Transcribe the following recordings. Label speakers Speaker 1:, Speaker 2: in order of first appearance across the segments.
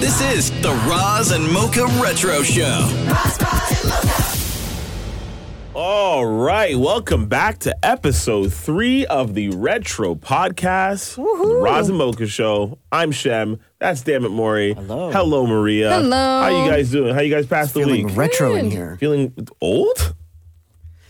Speaker 1: This is the Roz and Mocha Retro Show.
Speaker 2: All right, welcome back to episode three of the Retro Podcast, the Roz and Mocha Show. I'm Shem. That's Damn It Maury.
Speaker 3: Hello.
Speaker 2: Hello, Maria.
Speaker 4: Hello.
Speaker 2: How you guys doing? How you guys passed the
Speaker 3: Feeling
Speaker 2: week?
Speaker 3: retro in here.
Speaker 2: feeling old?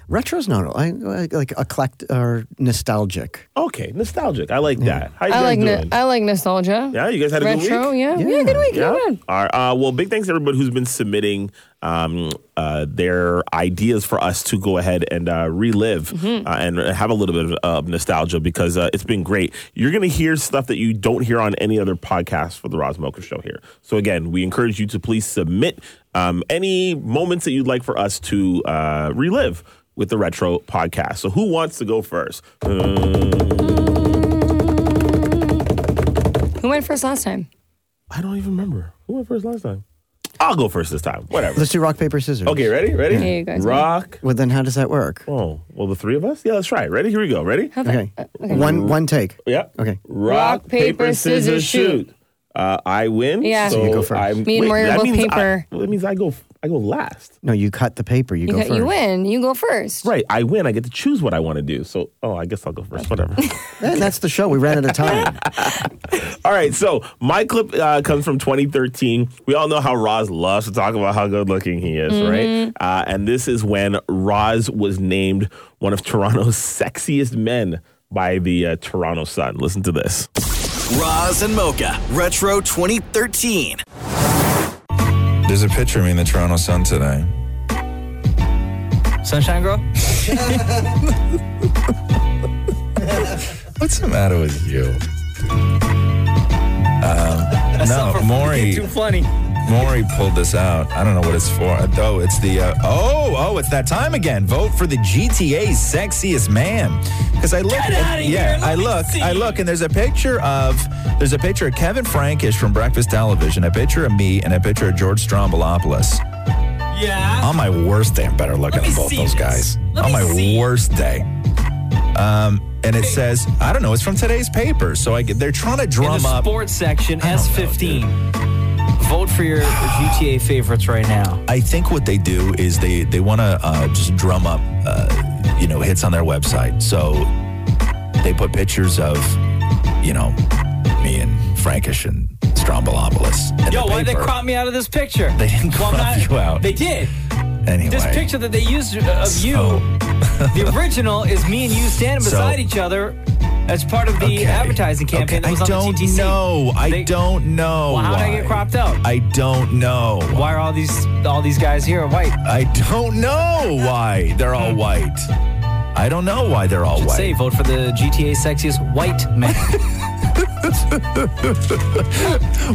Speaker 3: Retro's not I, I- like eclectic or nostalgic.
Speaker 2: Okay, nostalgic. I like that. How you
Speaker 4: I
Speaker 2: guys
Speaker 4: like no-
Speaker 2: doing?
Speaker 4: I like nostalgia.
Speaker 2: yeah, you guys had a good
Speaker 4: Retro,
Speaker 2: week.
Speaker 4: yeah. yeah,
Speaker 3: Yeah.
Speaker 4: good week.
Speaker 2: Yeah.
Speaker 4: Yeah. Good.
Speaker 2: All right. Uh, well, big thanks to everybody who's been submitting um, uh, their ideas for us to go ahead and uh, relive uh, and have a little bit of uh, nostalgia because uh, it's been great. You're going to hear stuff that you don't hear on any other podcast for the Roz Mocha Show here. So, again, we encourage you to please submit um, any moments that you'd like for us to uh, relive with the Retro Podcast. So, who wants to go first? Uh,
Speaker 4: Who went first last time?
Speaker 2: I don't even remember. Who went first last time? I'll go first this time. Whatever.
Speaker 3: Let's do rock paper scissors.
Speaker 2: Okay, ready? Ready?
Speaker 4: Yeah, you guys-
Speaker 2: Rock.
Speaker 3: Well, then how does that work?
Speaker 2: Oh, well, the three of us? Yeah, let's try it. Ready? Here we go. Ready?
Speaker 3: Okay, one one take.
Speaker 2: Yep.
Speaker 3: Okay.
Speaker 2: Rock, paper, scissors, shoot. Uh, I win.
Speaker 4: Yeah. So
Speaker 2: So
Speaker 3: you go first.
Speaker 2: I'm,
Speaker 4: Me and Maria are
Speaker 2: that
Speaker 4: both
Speaker 2: means I,
Speaker 4: paper.
Speaker 2: well, that means I go. I go last.
Speaker 3: No, you cut the paper. You,
Speaker 4: You,
Speaker 3: go
Speaker 4: got-
Speaker 3: first.
Speaker 4: you win. You go first.
Speaker 2: Right. I win. I get to choose what I want to do. So, oh, I guess I'll go first. Whatever.
Speaker 3: Eh, that's the show. We ran out of time.
Speaker 2: All right. So my clip uh, comes from 2013. We all know how Roz loves to talk about how good looking he is,
Speaker 4: Mm-hmm.
Speaker 2: right? Uh, and this is when Roz was named one of Toronto's sexiest men by the uh, Toronto Sun. Listen to this.
Speaker 1: Roz and Mocha Retro 2013.
Speaker 5: There's a picture of me in the Toronto Sun today.
Speaker 6: Sunshine Girl?
Speaker 5: What's the matter with you? Um, no, Maury,
Speaker 6: Too funny.
Speaker 5: Maury pulled this out. I don't know what it's for. Oh, it's the, uh, oh, oh, it's that time again. Vote for the GTA's sexiest man. Because I look,
Speaker 6: outta here,
Speaker 5: yeah,
Speaker 6: let
Speaker 5: I
Speaker 6: me
Speaker 5: look,
Speaker 6: see.
Speaker 5: I look, and there's a picture of, there's a picture of Kevin Frankish from Breakfast Television, a picture of me, and a picture of George Strombolopoulos.
Speaker 6: Yeah.
Speaker 5: On my worst day, I'm better looking
Speaker 6: Let
Speaker 5: than
Speaker 6: me
Speaker 5: both
Speaker 6: see
Speaker 5: those
Speaker 6: this.
Speaker 5: guys.
Speaker 6: Let
Speaker 5: On
Speaker 6: me
Speaker 5: my
Speaker 6: see.
Speaker 5: worst day. Um, and it says, I don't know, it's from today's paper. So I get, they're trying to
Speaker 6: In the
Speaker 5: drum up.
Speaker 6: sports section,
Speaker 5: I don't know,
Speaker 6: S15. Vote for your GTA favorites right now.
Speaker 5: I think what they do is they they want to uh, just drum up, uh, you know, hits on their website. So they put pictures of, you know, me and Frankish and Strombolopoulos. in
Speaker 6: Yo,
Speaker 5: the
Speaker 6: why did they
Speaker 5: paper.
Speaker 6: crop me out of this picture?
Speaker 5: They didn't
Speaker 6: Well, I'm
Speaker 5: crop
Speaker 6: not-
Speaker 5: you out.
Speaker 6: They did.
Speaker 5: Anyway, Oh,
Speaker 6: This picture that they used uh, of you,
Speaker 5: So-
Speaker 6: the original is me and you standing
Speaker 5: So-
Speaker 6: beside each other as part of the
Speaker 5: Okay.
Speaker 6: advertising campaign
Speaker 5: Okay.
Speaker 6: that was
Speaker 5: I
Speaker 6: on
Speaker 5: don't
Speaker 6: the GTC.
Speaker 5: know. I
Speaker 6: They-
Speaker 5: don't know.
Speaker 6: Well, how did I
Speaker 5: why.
Speaker 6: get cropped out?
Speaker 5: I don't know.
Speaker 6: Why are all these all these guys here white?
Speaker 5: I don't know why they're all white. I don't know why they're all
Speaker 6: Should
Speaker 5: white.
Speaker 6: say vote for the GTA sexiest white man.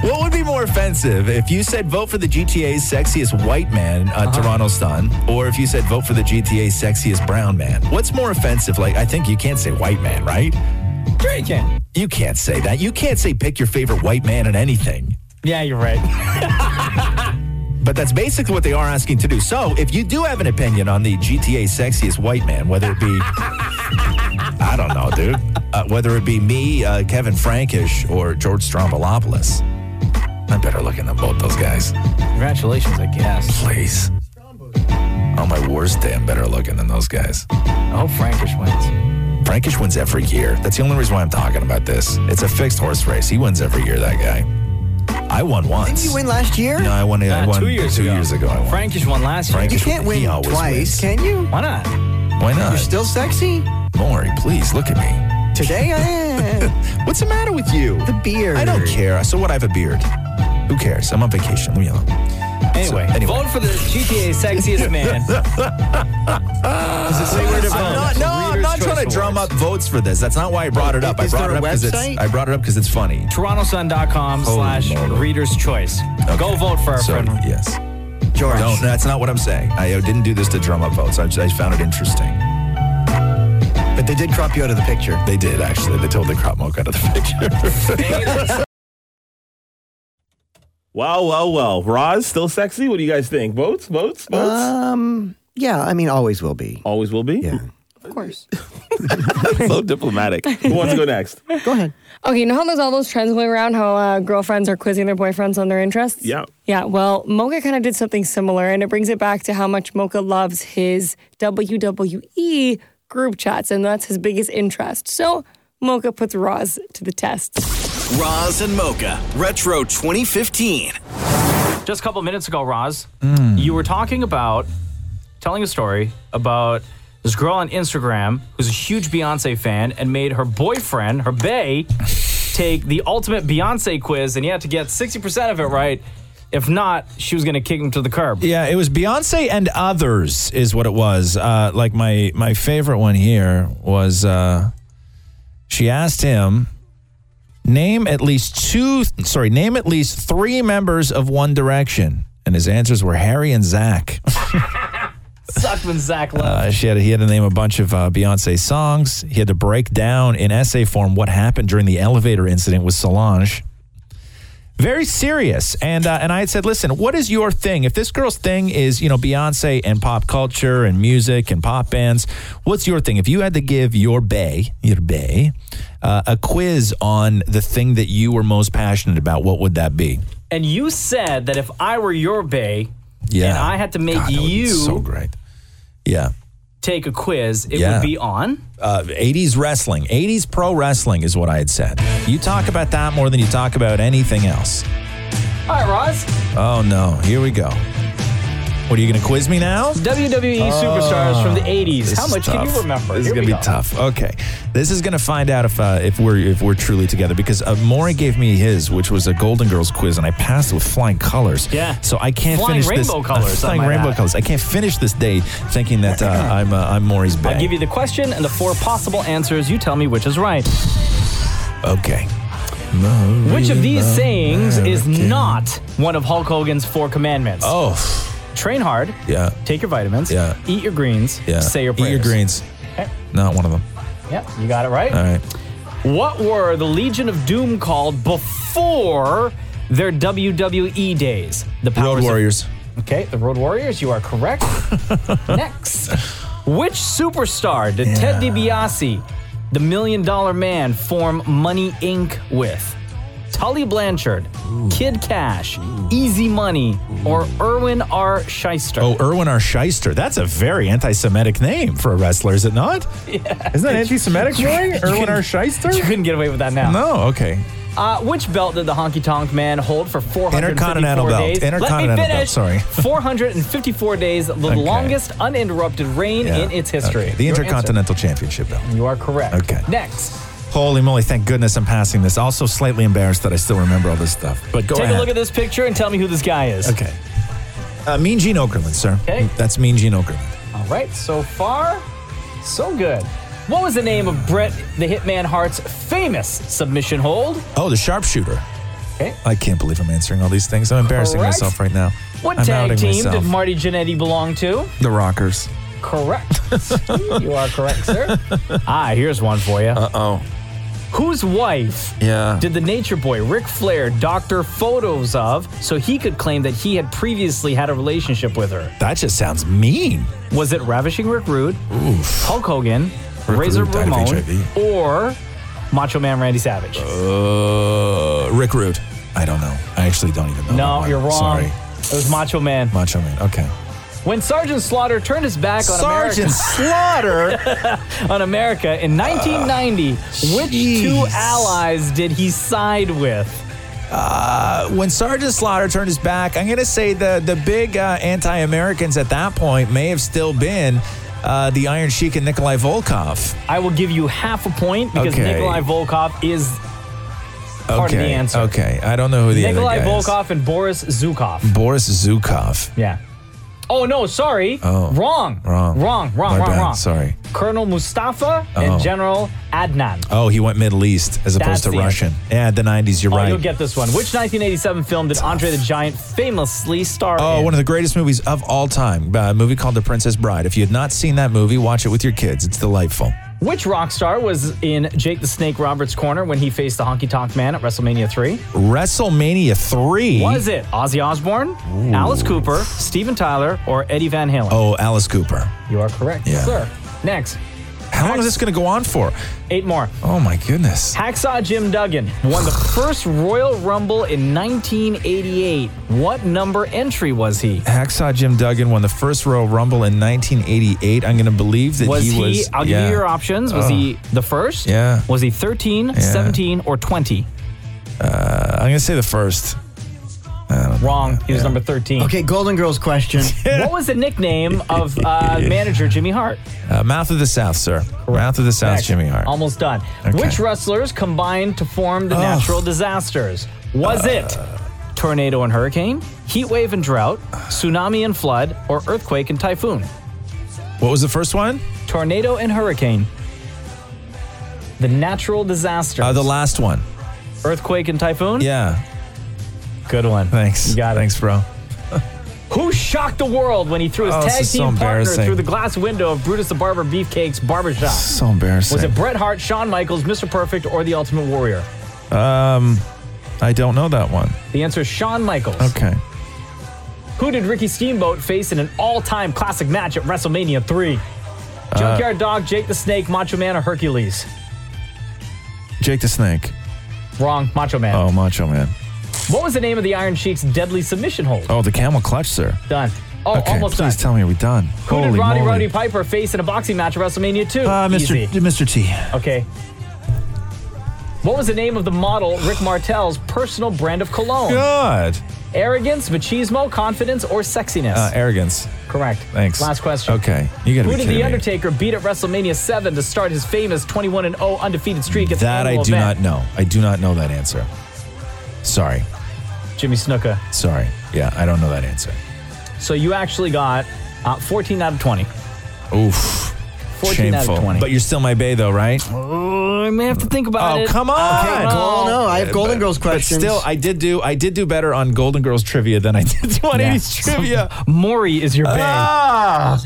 Speaker 5: What would be more offensive if you said vote for the GTA's sexiest white man, uh, Toronto Sun, or if you said vote for the GTA's sexiest brown man? What's more offensive? Like, I think you can't say white man, right?
Speaker 6: Drinking.
Speaker 5: You can't say that. You can't say pick your favorite white man in anything.
Speaker 6: Yeah, you're right.
Speaker 5: But that's basically what they are asking to do. So if you do have an opinion on the GTA sexiest white man, whether it be, I don't know, dude, uh, whether it be me, uh, Kevin Frankish, or George Strombolopoulos, I'm better looking than both those guys.
Speaker 6: Congratulations, I guess.
Speaker 5: Please. On my worst day, I'm better looking than those guys.
Speaker 6: I hope Frankish wins.
Speaker 5: Frankish wins every year. That's the only reason why I'm talking about this. It's a fixed horse race. He wins every year, that guy. I won once.
Speaker 3: you win last year.
Speaker 5: No, I won, I
Speaker 6: Uh,
Speaker 5: won
Speaker 6: two years
Speaker 5: two
Speaker 6: ago.
Speaker 5: years ago. I won.
Speaker 6: Frankish won last year.
Speaker 5: Frankish
Speaker 3: you can't
Speaker 5: he
Speaker 3: win
Speaker 5: always
Speaker 3: twice,
Speaker 5: wins.
Speaker 3: can you?
Speaker 6: Why not?
Speaker 5: Why not?
Speaker 3: You're still sexy
Speaker 5: Maury, please look at me.
Speaker 3: today. eh,
Speaker 5: What's the matter with you?
Speaker 3: the beard.
Speaker 5: I don't care. So what? I have a beard. Who cares? I'm on vacation. Leave me alone.
Speaker 6: Anyway,
Speaker 5: So, anyway.
Speaker 6: vote for the GTA sexiest man. Does it say where to vote?
Speaker 5: I'm not, no, I'm
Speaker 6: Reader's
Speaker 5: not
Speaker 6: Choice
Speaker 5: trying to drum up
Speaker 6: Awards.
Speaker 5: votes for this. That's not why I brought it up. I
Speaker 3: Is
Speaker 5: brought
Speaker 3: there
Speaker 5: it
Speaker 3: a
Speaker 5: up because it's
Speaker 3: website?
Speaker 5: I brought it up because it's funny.
Speaker 6: TorontoSun.com
Speaker 5: Holy
Speaker 6: slash
Speaker 5: moly.
Speaker 6: Reader's Choice. Go vote for our
Speaker 5: So,
Speaker 6: friend.
Speaker 5: Yes.
Speaker 3: George.
Speaker 5: No, that's not what I'm saying. I uh, didn't do this to drum up votes. I, just, I found it interesting.
Speaker 3: But they did crop you out of the picture.
Speaker 5: They did actually. They totally crop moke out of the picture.
Speaker 2: Well, well, well. Roz still sexy.
Speaker 4: Uh,
Speaker 2: What do you guys think? Votes, votes, votes.
Speaker 3: Um. Yeah. I mean, always will be.
Speaker 2: Always will be.
Speaker 3: Yeah.
Speaker 4: Of course.
Speaker 2: so diplomatic. Who wants to go next?
Speaker 3: Go ahead.
Speaker 4: Okay, you know how there's all those trends going around how uh, girlfriends are quizzing their boyfriends on their interests?
Speaker 2: Yeah.
Speaker 4: Yeah, well, Mocha kind of did something similar, and it brings it back to how much Mocha loves his WWE group chats, and that's his biggest interest. So Mocha puts Roz to the test.
Speaker 1: Roz and Mocha Retro 2015.
Speaker 6: Just a couple minutes ago, Roz, you were talking about telling a story about this girl on Instagram who's a huge Beyonce fan and made her boyfriend, her bae, take the ultimate Beyonce quiz, and he had to get 60% of it right. If not, she was going to kick him to the curb.
Speaker 5: Yeah, it was Beyonce and others is what it was. Uh, like my my favorite one here was uh, she asked him name at least two sorry name at least three members of One Direction, and his answers were Harry and Zach.
Speaker 6: Sucked when Zach left.
Speaker 5: Uh, she had he had to name a bunch of uh, Beyonce songs. He had to break down in essay form what happened during the elevator incident with Solange. Very serious, and uh, and I had said, listen, what is your thing? If this girl's thing is you know Beyonce and pop culture and music and pop bands, what's your thing? If you had to give your bay your bay uh, a quiz on the thing that you were most passionate about, what would that be?
Speaker 6: and you said that if I were your bae
Speaker 5: Yeah,
Speaker 6: and I had to make
Speaker 5: God, that would've been
Speaker 6: you
Speaker 5: so great. Yeah,
Speaker 6: take a quiz, it
Speaker 5: Yeah.
Speaker 6: would be on.
Speaker 5: uh, 80s wrestling, 80s pro wrestling is what I had said. You talk about that more than you talk about anything else.
Speaker 6: All right, Roz.
Speaker 5: Oh no, here we go. What are you going to quiz me now?
Speaker 6: WWE E superstars from the 80s.
Speaker 5: Oh, This
Speaker 6: How
Speaker 5: is
Speaker 6: much can
Speaker 5: tough.
Speaker 6: you remember?
Speaker 5: This is
Speaker 6: Here
Speaker 5: gonna
Speaker 6: we
Speaker 5: be
Speaker 6: go.
Speaker 5: tough. Okay, this is gonna find out if uh, if we're if we're truly together because uh, Maury gave me his, which was a Golden Girls quiz, and I passed with flying colors.
Speaker 6: Yeah.
Speaker 5: So I can't
Speaker 6: Flying
Speaker 5: finish this. uh,
Speaker 6: rainbow colors, I
Speaker 5: flying
Speaker 6: might
Speaker 5: rainbow
Speaker 6: add.
Speaker 5: colors. I can't finish this day thinking that uh, I'm uh, I'm Maury's bae.
Speaker 6: I'll give you the question and the four possible answers. You tell me which is right.
Speaker 5: okay.
Speaker 6: Which of these sayings is
Speaker 5: American.
Speaker 6: not one of Hulk Hogan's four commandments?
Speaker 5: Oh.
Speaker 6: Train hard.
Speaker 5: Yeah.
Speaker 6: Take your vitamins.
Speaker 5: Yeah.
Speaker 6: Eat your greens.
Speaker 5: Yeah.
Speaker 6: Say your prayers. Eh,
Speaker 5: Eat your greens. Not one of them.
Speaker 6: Yeah, you got it right.
Speaker 5: All right.
Speaker 6: What were the Legion of Doom called before their WWE days? The powers
Speaker 5: Road
Speaker 6: of-
Speaker 5: Warriors.
Speaker 6: okay, the Road Warriors. You are correct. Next, which superstar did Ted DiBiase, the Million Dollar Man, form Money Inc. with? Tully Blanchard, Kid Cash, Easy Money, or Erwin R. Shyster?
Speaker 5: Oh, Erwin R. Shyster. That's a very anti Semitic name for a wrestler, is it not? Isn't that anti Semitic, Roy? Erwin R. Shyster?
Speaker 6: you couldn't get away with that now.
Speaker 5: No, okay.
Speaker 6: Uh, which belt did the Honky Tonk Man hold for 454
Speaker 5: Intercontinental belt.
Speaker 6: days?
Speaker 5: Intercontinental
Speaker 6: Let me
Speaker 5: belt,
Speaker 6: finish.
Speaker 5: sorry.
Speaker 6: 454 days, the longest uninterrupted reign
Speaker 5: Yeah.
Speaker 6: in its history.
Speaker 5: Okay. The
Speaker 6: Your
Speaker 5: Intercontinental Championship belt.
Speaker 6: answer. You are correct.
Speaker 5: Okay.
Speaker 6: Next,
Speaker 5: Holy moly, thank goodness I'm passing this. Also, slightly embarrassed that I still remember all this stuff. But go
Speaker 6: take
Speaker 5: ahead.
Speaker 6: a look at this picture and tell me who this guy is.
Speaker 5: Okay. Uh, mean Gene Okerlund, sir.
Speaker 6: Okay.
Speaker 5: That's Mean Gene Okerlund.
Speaker 6: All right, so far, so good. What was the name of Brett the Hitman Hart's famous submission hold?
Speaker 5: Oh, the sharpshooter.
Speaker 6: Okay.
Speaker 5: I can't believe I'm answering all these things. I'm embarrassing
Speaker 6: Correct.
Speaker 5: myself right now.
Speaker 6: What
Speaker 5: I'm
Speaker 6: tag
Speaker 5: outing
Speaker 6: team
Speaker 5: myself.
Speaker 6: did Marty Jannetty belong to?
Speaker 5: the Rockers.
Speaker 6: Correct. you are correct, sir. Ah, here's one for you. Uh oh. Whose wife
Speaker 5: Yeah.
Speaker 6: did the Nature Boy Ric Flair doctor photos of so he could claim that he had previously had a relationship with her?
Speaker 5: That just sounds mean.
Speaker 6: Was it Ravishing Rick Rude, Hulk Hogan, Razor
Speaker 5: Rude died of
Speaker 6: Ramon,
Speaker 5: HIV.
Speaker 6: or Macho Man Randy Savage?
Speaker 5: Oh, Uh, Rick Rude. I don't know. I actually don't even know. that
Speaker 6: no,
Speaker 5: one.
Speaker 6: you're wrong.
Speaker 5: Sorry.
Speaker 6: It was Macho Man.
Speaker 5: Macho Man. Okay.
Speaker 6: When Sergeant Slaughter turned his back on
Speaker 5: Sergeant
Speaker 6: America,
Speaker 5: Slaughter.
Speaker 6: on America in 1990, which two
Speaker 5: jeez.
Speaker 6: allies did he side with?
Speaker 5: Uh, when Sergeant Slaughter turned his back, I'm going to say the the big uh, anti-Americans at that point may have still been uh, the Iron Sheik and Nikolai Volkov.
Speaker 6: I will give you half a point because
Speaker 5: Okay.
Speaker 6: Nikolai Volkov is
Speaker 5: okay.
Speaker 6: of the answer.
Speaker 5: Okay. I don't know who the
Speaker 6: Nikolai
Speaker 5: other guy is.
Speaker 6: Volkov and Boris Zukov.
Speaker 5: Boris Zukov.
Speaker 6: Yeah. Oh no, sorry.
Speaker 5: Oh.
Speaker 6: Wrong.
Speaker 5: Wrong.
Speaker 6: Wrong. Wrong.
Speaker 5: My
Speaker 6: wrong.
Speaker 5: bad.
Speaker 6: Wrong.
Speaker 5: Sorry.
Speaker 6: Colonel Mustafa
Speaker 5: Oh.
Speaker 6: and General Adnan.
Speaker 5: Oh, he went Middle East as
Speaker 6: That's
Speaker 5: opposed to
Speaker 6: the
Speaker 5: Russian. Yeah, the 90s. You're
Speaker 6: Oh,
Speaker 5: right.
Speaker 6: you'll get this one. Which 1987 film did Andre the Giant famously star
Speaker 5: Oh,
Speaker 6: in?
Speaker 5: one of the greatest movies of all time. uh, A movie called The Princess Bride. If you had not seen that movie, watch it with your kids. It's delightful.
Speaker 6: Which rock star was in Jake the Snake Roberts' corner when he faced the Honky Tonk Man at WrestleMania 3?
Speaker 5: WrestleMania 3.
Speaker 6: Was it Ozzy Osbourne, Alice Cooper, Steven Tyler, or Eddie Van Halen?
Speaker 5: Oh, Alice Cooper.
Speaker 6: You are correct,
Speaker 5: Yeah.
Speaker 6: sir. Next,
Speaker 5: How long is this going to go on for?
Speaker 6: Eight more.
Speaker 5: Oh my goodness.
Speaker 6: Hacksaw Jim Duggan won the first Royal Rumble in 1988. What number entry was he?
Speaker 5: Hacksaw Jim Duggan won the first Royal Rumble in 1988. I'm going to believe that
Speaker 6: Was he,
Speaker 5: was.
Speaker 6: I'll give
Speaker 5: yeah.
Speaker 6: you your options. Was he the first?
Speaker 5: Yeah.
Speaker 6: Was he 13, 17, or 20?
Speaker 5: I'm going to say the first.
Speaker 6: Wrong. He was number 13.
Speaker 3: Okay, Golden Girls question.
Speaker 6: What was the nickname of uh, manager Jimmy Hart?
Speaker 5: Uh, Mouth of the South, sir. Mouth of the South, Jimmy Hart.
Speaker 6: Almost done.
Speaker 5: Okay.
Speaker 6: Which wrestlers combined to form the natural disasters? Was
Speaker 5: Uh.
Speaker 6: it tornado and hurricane, heat wave and drought, tsunami and flood, or earthquake and typhoon?
Speaker 5: What was the first one?
Speaker 6: Tornado and hurricane. The natural disasters.
Speaker 5: Uh, the last one.
Speaker 6: earthquake and typhoon?
Speaker 5: Yeah.
Speaker 6: Good one.
Speaker 5: Thanks.
Speaker 6: You got it.
Speaker 5: Thanks, bro.
Speaker 6: Who shocked the world when he threw his
Speaker 5: Oh, this
Speaker 6: tag
Speaker 5: is so
Speaker 6: team partner
Speaker 5: embarrassing.
Speaker 6: through the glass window of Brutus the Barber Beefcake's barbershop?
Speaker 5: So embarrassing.
Speaker 6: Was it Bret Hart, Shawn Michaels, Mr. Perfect, or The Ultimate Warrior?
Speaker 5: I don't know that one.
Speaker 6: The answer is Shawn Michaels.
Speaker 5: Okay.
Speaker 6: Who did Ricky Steamboat face in an all-time classic match at WrestleMania 3?
Speaker 5: Uh,
Speaker 6: Junkyard Dog, Jake the Snake, Macho Man, or Hercules?
Speaker 5: Jake the Snake.
Speaker 6: Wrong, Macho Man.
Speaker 5: Oh, Macho Man.
Speaker 6: What was the name of the Iron Sheik's deadly submission hold?
Speaker 5: Oh, the camel clutch, sir.
Speaker 6: Done. Oh,
Speaker 5: okay,
Speaker 6: almost done.
Speaker 5: please tell me we're done.
Speaker 6: Who
Speaker 5: Holy
Speaker 6: did Roddy
Speaker 5: moly.
Speaker 6: Roddy Piper face in a boxing match at WrestleMania 2?
Speaker 5: Uh, Mr.
Speaker 6: Easy.
Speaker 5: Mr. T.
Speaker 6: Okay. What was the name of the model Rick Martel's personal brand of cologne?
Speaker 5: God.
Speaker 6: Arrogance, machismo, confidence, or sexiness?
Speaker 5: Uh, arrogance.
Speaker 6: Correct.
Speaker 5: Thanks.
Speaker 6: Last question.
Speaker 5: Okay. You got to
Speaker 6: Who
Speaker 5: be
Speaker 6: did
Speaker 5: kidding
Speaker 6: The
Speaker 5: me.
Speaker 6: Undertaker beat at WrestleMania 7 to start his famous 21 and 0 undefeated streak at
Speaker 5: That
Speaker 6: the
Speaker 5: I
Speaker 6: annual
Speaker 5: do
Speaker 6: event?
Speaker 5: not know. I do not know that answer. Sorry.
Speaker 6: Jimmy Snuka.
Speaker 5: Sorry. Yeah, I don't know that answer.
Speaker 6: So you actually got uh, 14 out of 20.
Speaker 5: Oof.
Speaker 6: 14 out of
Speaker 5: Shameful.
Speaker 6: 20.
Speaker 5: But you're still my bay, though, right?
Speaker 6: Oh, I may have to think about
Speaker 5: Oh,
Speaker 6: it.
Speaker 5: come on.
Speaker 6: I
Speaker 3: Hey,
Speaker 6: don't know.
Speaker 3: Gold, no, I have Golden Girls
Speaker 5: But
Speaker 3: questions.
Speaker 5: still, I did do I did do better on Golden Girls trivia than I did do on
Speaker 6: Yeah.
Speaker 5: 80s trivia.
Speaker 6: Maury is your bang.
Speaker 5: Ah!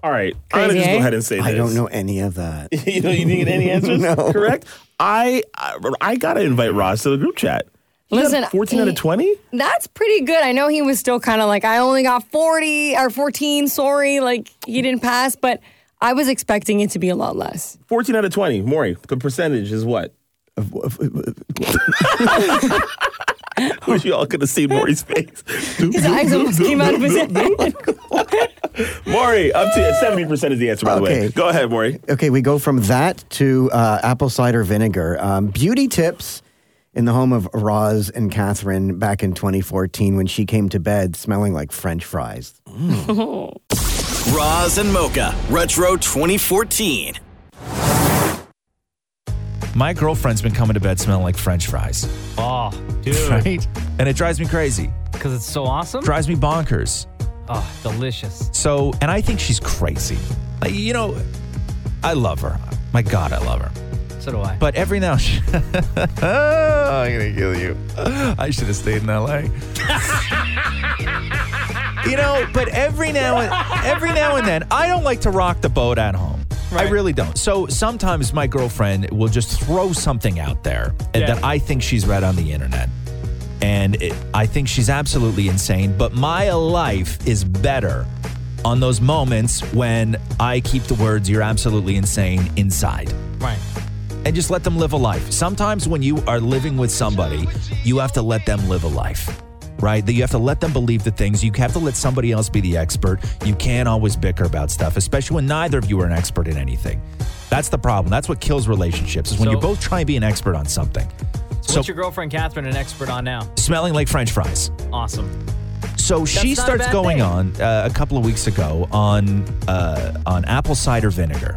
Speaker 2: All right, I'm gonna
Speaker 4: Crazy,
Speaker 2: just
Speaker 4: eh?
Speaker 2: go ahead and say this.
Speaker 3: I don't know any of that.
Speaker 2: you know, you didn't get any answers.
Speaker 3: No.
Speaker 2: correct. I, I I gotta invite Roz to the group chat. You got
Speaker 4: Listen, eh,
Speaker 2: 14 out of
Speaker 4: he-
Speaker 2: 20.
Speaker 4: That's pretty good. I know he was still kind of like, I only got 40 or 14, sorry. Like, he didn't pass, but I was expecting it to be a lot less.
Speaker 2: 14 out of 20. Maury, the percentage is what? Wish you all could have seen Maury's face.
Speaker 4: His eyes almost came out of his head.
Speaker 2: Maury, up to 70% is the answer, by the way.
Speaker 3: Okay.
Speaker 2: Go ahead, Maury.
Speaker 3: Okay, we go from that to uh, apple cider vinegar. Um, beauty tips in the home of Roz and Catherine back in 2014 when she came to bed smelling like French fries.
Speaker 1: Roz and Mocha Retro 2014.
Speaker 5: My girlfriend's been coming to bed smelling like French fries,
Speaker 6: Oh, dude.
Speaker 5: right? And it drives me crazy.
Speaker 6: Because it's so awesome.
Speaker 5: Drives me bonkers.
Speaker 6: Oh, delicious.
Speaker 5: So, and I think she's crazy. Like, you know, I love her. My God, I love her.
Speaker 6: So do I.
Speaker 5: But every now, I'm gonna kill you. I should have stayed in L.A. you know, but every now and every now and then, I don't like to rock the boat at home. I
Speaker 6: Right.
Speaker 5: really don't. So sometimes my girlfriend will just throw something out there and
Speaker 6: Yeah.
Speaker 5: that I think she's read on the internet. And it, I think she's absolutely insane, but my life is better on those moments when I keep the words, you're absolutely insane, inside
Speaker 6: right.
Speaker 5: and just let them live a life. Sometimes when you are living with somebody, you have to let them live a life. Right? That you have to let them believe the things. You have to let somebody else be the expert. You can't always bicker about stuff, especially when neither of you are an expert in anything. That's the problem. That's what kills relationships is when
Speaker 6: So-
Speaker 5: you both try and be an expert on something.
Speaker 6: So,
Speaker 5: So-
Speaker 6: what's your girlfriend Catherine an expert on now?
Speaker 5: Smelling like French fries.
Speaker 6: Awesome.
Speaker 5: So she
Speaker 6: not a
Speaker 5: starts
Speaker 6: bad
Speaker 5: going
Speaker 6: thing.
Speaker 5: on uh, a couple of weeks ago on uh, on apple cider vinegar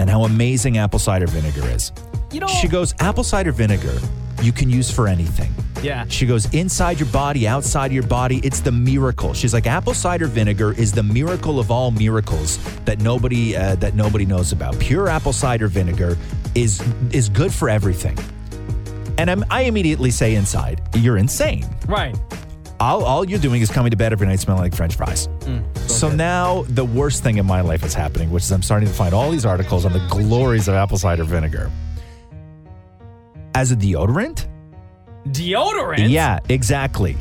Speaker 5: and how amazing apple cider vinegar is.
Speaker 6: You know.
Speaker 5: She goes, apple cider vinegar, you can use for anything.
Speaker 6: Yeah.
Speaker 5: She goes, inside your body, outside your body, it's the miracle. She's like, apple cider vinegar is the miracle of all miracles that nobody uh, that nobody knows about. Pure apple cider vinegar is is good for everything. And I'm, I immediately say inside, you're insane.
Speaker 6: Right.
Speaker 5: All, all you're doing is coming to bed every night smelling like French fries.
Speaker 6: Mm.
Speaker 5: so now the worst thing in my life is happening, which is I'm starting to find all these articles on the glories of apple cider vinegar. As a deodorant?
Speaker 6: Deodorant.
Speaker 5: Yeah, exactly.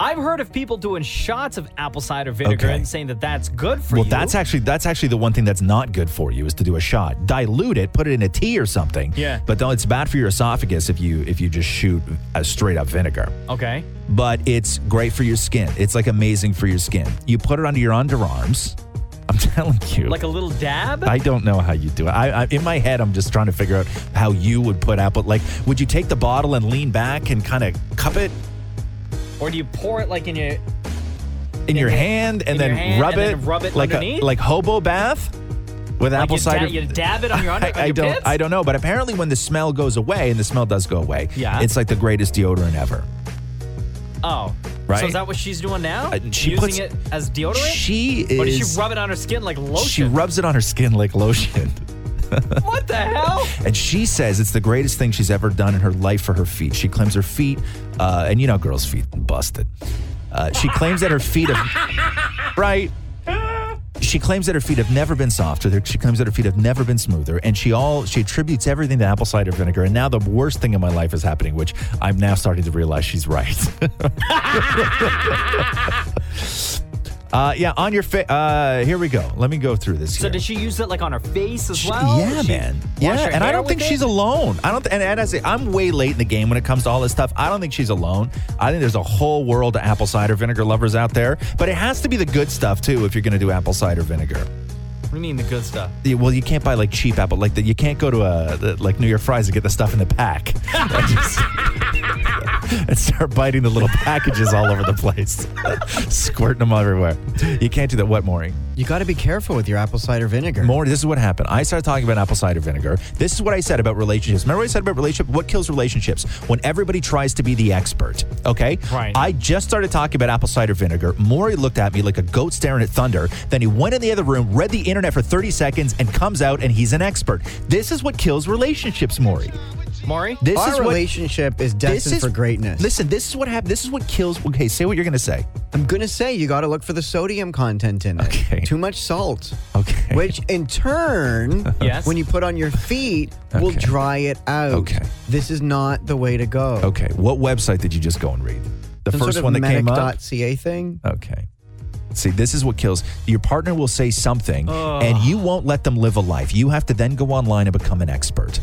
Speaker 6: I've heard of people doing shots of apple cider vinegar
Speaker 5: Okay.
Speaker 6: and saying that that's good for
Speaker 5: Well,
Speaker 6: you.
Speaker 5: that's actually that's actually the one thing that's not good for you is to do a shot. Dilute it, put it in a tea or something.
Speaker 6: Yeah.
Speaker 5: But though it's bad for your esophagus if you if you just shoot a straight up vinegar.
Speaker 6: okay.
Speaker 5: But it's great for your skin. It's like amazing for your skin. You put it under your underarms. I'm telling you.
Speaker 6: Like a little dab.
Speaker 5: I don't know how you do it. I, I, in my head, I'm just trying to figure out how you would put apple. Like, would you take the bottle and lean back and kind of cup it
Speaker 6: or do you pour it like in your?
Speaker 5: in, your hand and
Speaker 6: in
Speaker 5: then
Speaker 6: your hand
Speaker 5: rub
Speaker 6: and
Speaker 5: it,
Speaker 6: then rub it
Speaker 5: like
Speaker 6: underneath?
Speaker 5: a like hobo bath with
Speaker 6: Like
Speaker 5: apple
Speaker 6: you,
Speaker 5: cider?
Speaker 6: Da- you dab it on your under.
Speaker 5: I,
Speaker 6: on
Speaker 5: I
Speaker 6: your
Speaker 5: don't.
Speaker 6: pits?
Speaker 5: I don't know. But apparently, when the smell goes away, and the smell does go away,
Speaker 6: Yeah.
Speaker 5: it's like the greatest deodorant ever.
Speaker 6: Oh,
Speaker 5: Right.
Speaker 6: So is that what she's doing now?
Speaker 5: Uh, she
Speaker 6: using
Speaker 5: puts-
Speaker 6: it as deodorant.
Speaker 5: She is.
Speaker 6: or does she rub it on her skin like lotion?
Speaker 5: she rubs it on her skin like lotion,
Speaker 6: what the hell?
Speaker 5: and she says it's the greatest thing she's ever done in her life for her feet. She claims her feet, uh, and you know, girls' feet busted. Uh, she claims that her feet have right. She claims that her feet have never been softer. She claims that her feet have never been smoother, and she all she attributes everything to apple cider vinegar. And now the worst thing in my life is happening, which I'm now starting to realize she's right. uh, yeah, on your face. Uh, here we go. Let me go through this.
Speaker 6: So
Speaker 5: here.
Speaker 6: did she use it like on her face as
Speaker 5: She-
Speaker 6: well?
Speaker 5: yeah,
Speaker 6: She
Speaker 5: man.
Speaker 6: wash
Speaker 5: Yeah,
Speaker 6: her
Speaker 5: and I
Speaker 6: hair
Speaker 5: don't
Speaker 6: with
Speaker 5: think
Speaker 6: it?
Speaker 5: she's alone. I don't. th- And, and I say I'm way late in the game when it comes to all this stuff. I don't think she's alone. I think there's a whole world of apple cider vinegar lovers out there. But it has to be the good stuff too if you're going to do apple cider vinegar.
Speaker 6: What do you mean the good stuff?
Speaker 5: Yeah, Well, you can't buy like cheap apple. Like the, you can't go to a the, like New York Fries and get the stuff in the pack. And just- And start biting the little packages all over the place, squirting them everywhere. You can't do that. What, Maureen?
Speaker 3: You got to be careful with your apple cider vinegar.
Speaker 5: More, this is what happened. I started talking about apple cider vinegar. This is what I said about relationships. Remember what I said about relationship? What kills relationships? When everybody tries to be the expert. Okay?
Speaker 6: Right.
Speaker 5: I just started talking about apple cider vinegar. Maury looked at me like a goat staring at thunder. Then he went in the other room, read the internet for 30 seconds, and comes out and he's an expert. This is what kills relationships, Maury.
Speaker 6: Maury?
Speaker 5: This
Speaker 3: Our
Speaker 5: is what
Speaker 3: relationship is
Speaker 5: this
Speaker 3: destined
Speaker 5: is
Speaker 3: for greatness.
Speaker 5: Listen, this is what happened. This is what kills. Okay, say what you're going to say.
Speaker 3: I'm gonna say you got to look for the sodium content in it.
Speaker 5: Okay.
Speaker 3: Too much salt.
Speaker 5: Okay.
Speaker 3: Which in turn,
Speaker 6: Yes.
Speaker 3: when you put on your feet, will
Speaker 5: Okay.
Speaker 3: dry it out.
Speaker 5: Okay.
Speaker 3: This is not the way to go.
Speaker 5: Okay, what website did you just go and read? The
Speaker 3: Some
Speaker 5: first
Speaker 3: sort of
Speaker 5: one that came up?
Speaker 3: medic.ca thing.
Speaker 5: Okay. See, this is what kills. Your partner will say something, and you won't let them live a life. You have to then go online and become an expert.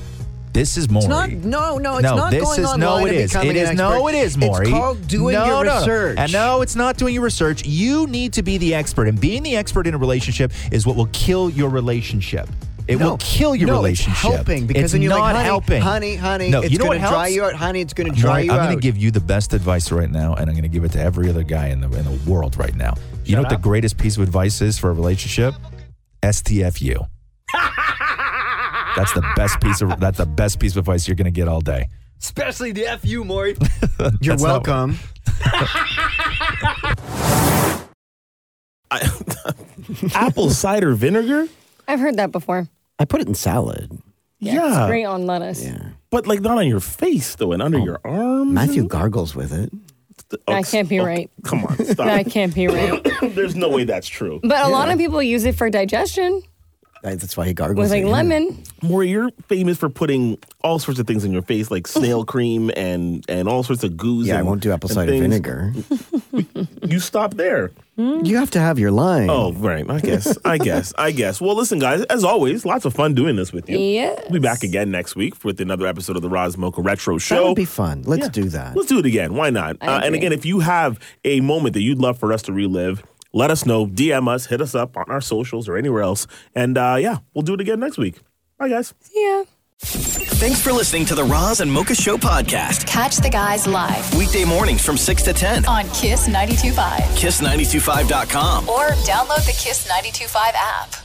Speaker 5: This is Maury.
Speaker 3: It's not. No, no, it's
Speaker 5: no,
Speaker 3: not
Speaker 5: this
Speaker 3: going
Speaker 5: is
Speaker 3: online
Speaker 5: no. It
Speaker 3: and
Speaker 5: is.
Speaker 3: becoming
Speaker 5: It is
Speaker 3: an
Speaker 5: no. It
Speaker 3: expert.
Speaker 5: is Maury.
Speaker 3: It's called doing
Speaker 5: no,
Speaker 3: your
Speaker 5: no.
Speaker 3: research.
Speaker 5: And no, it's not doing your research. You need to be the expert, and being the expert in a relationship is what will kill your relationship. It
Speaker 3: No.
Speaker 5: will kill your
Speaker 3: No,
Speaker 5: relationship.
Speaker 3: It's helping because
Speaker 5: it's
Speaker 3: then you're
Speaker 5: not
Speaker 3: like, honey,
Speaker 5: helping.
Speaker 3: honey, honey.
Speaker 5: No,
Speaker 3: it's
Speaker 5: you know
Speaker 3: gonna
Speaker 5: what helps?
Speaker 3: dry you out, honey. It's gonna dry
Speaker 5: Maury,
Speaker 3: you
Speaker 5: I'm
Speaker 3: out.
Speaker 5: going to give you the best advice right now, and I'm going to give it to every other guy in the in the world right now. you know what the greatest piece of advice is for a relationship? STFU. that's the best piece of that's the best piece of advice you're going to get all day.
Speaker 6: Especially the FU, Maury.
Speaker 3: You're
Speaker 5: That's not-
Speaker 3: welcome.
Speaker 2: Apple cider vinegar?
Speaker 4: I've heard that before.
Speaker 3: I put it in salad.
Speaker 4: Yeah,
Speaker 2: Yeah.
Speaker 4: It's great on lettuce.
Speaker 2: But like not on your face though, and under your arms.
Speaker 3: Matthew gargles with it.
Speaker 2: Oh,
Speaker 4: That can't be
Speaker 2: oh,
Speaker 4: right.
Speaker 2: Come on, stop.
Speaker 4: That can't be right.
Speaker 2: There's no way that's true.
Speaker 4: But a lot of people use it for digestion
Speaker 3: That's why he gargles
Speaker 4: with like
Speaker 3: it in.
Speaker 4: lemon.
Speaker 2: Maury, you're famous for putting all sorts of things in your face, like snail cream and and all sorts of goos.
Speaker 3: Yeah, I
Speaker 2: and-
Speaker 3: won't do apple
Speaker 2: and
Speaker 3: cider
Speaker 2: things.
Speaker 3: vinegar.
Speaker 4: Mm-hmm.
Speaker 2: You stop there.
Speaker 3: You have to have your line.
Speaker 2: Oh, right. I guess. I guess. I guess. Well, listen, guys. As always, lots of fun doing this with you.
Speaker 4: Yes.
Speaker 2: We'll be back again next week with another episode of the Roz Mocha Retro Show.
Speaker 3: that would be fun. Let's
Speaker 2: Yeah.
Speaker 3: do that.
Speaker 2: Let's do it again. Why not?
Speaker 4: I
Speaker 2: Uh, and
Speaker 4: agree.
Speaker 2: again, if you have a moment that you'd love for us to relive, let us know. DM us, hit us up on our socials or anywhere else. And uh, yeah, we'll do it again next week. Bye, guys.
Speaker 4: Yeah.
Speaker 1: Thanks for listening to the Roz and Mocha Show podcast.
Speaker 7: Catch the guys live
Speaker 1: Weekday mornings from 6 to 10.
Speaker 7: on Kiss 92.5
Speaker 1: Kiss925.com.
Speaker 7: or download the Kiss 92.5 app.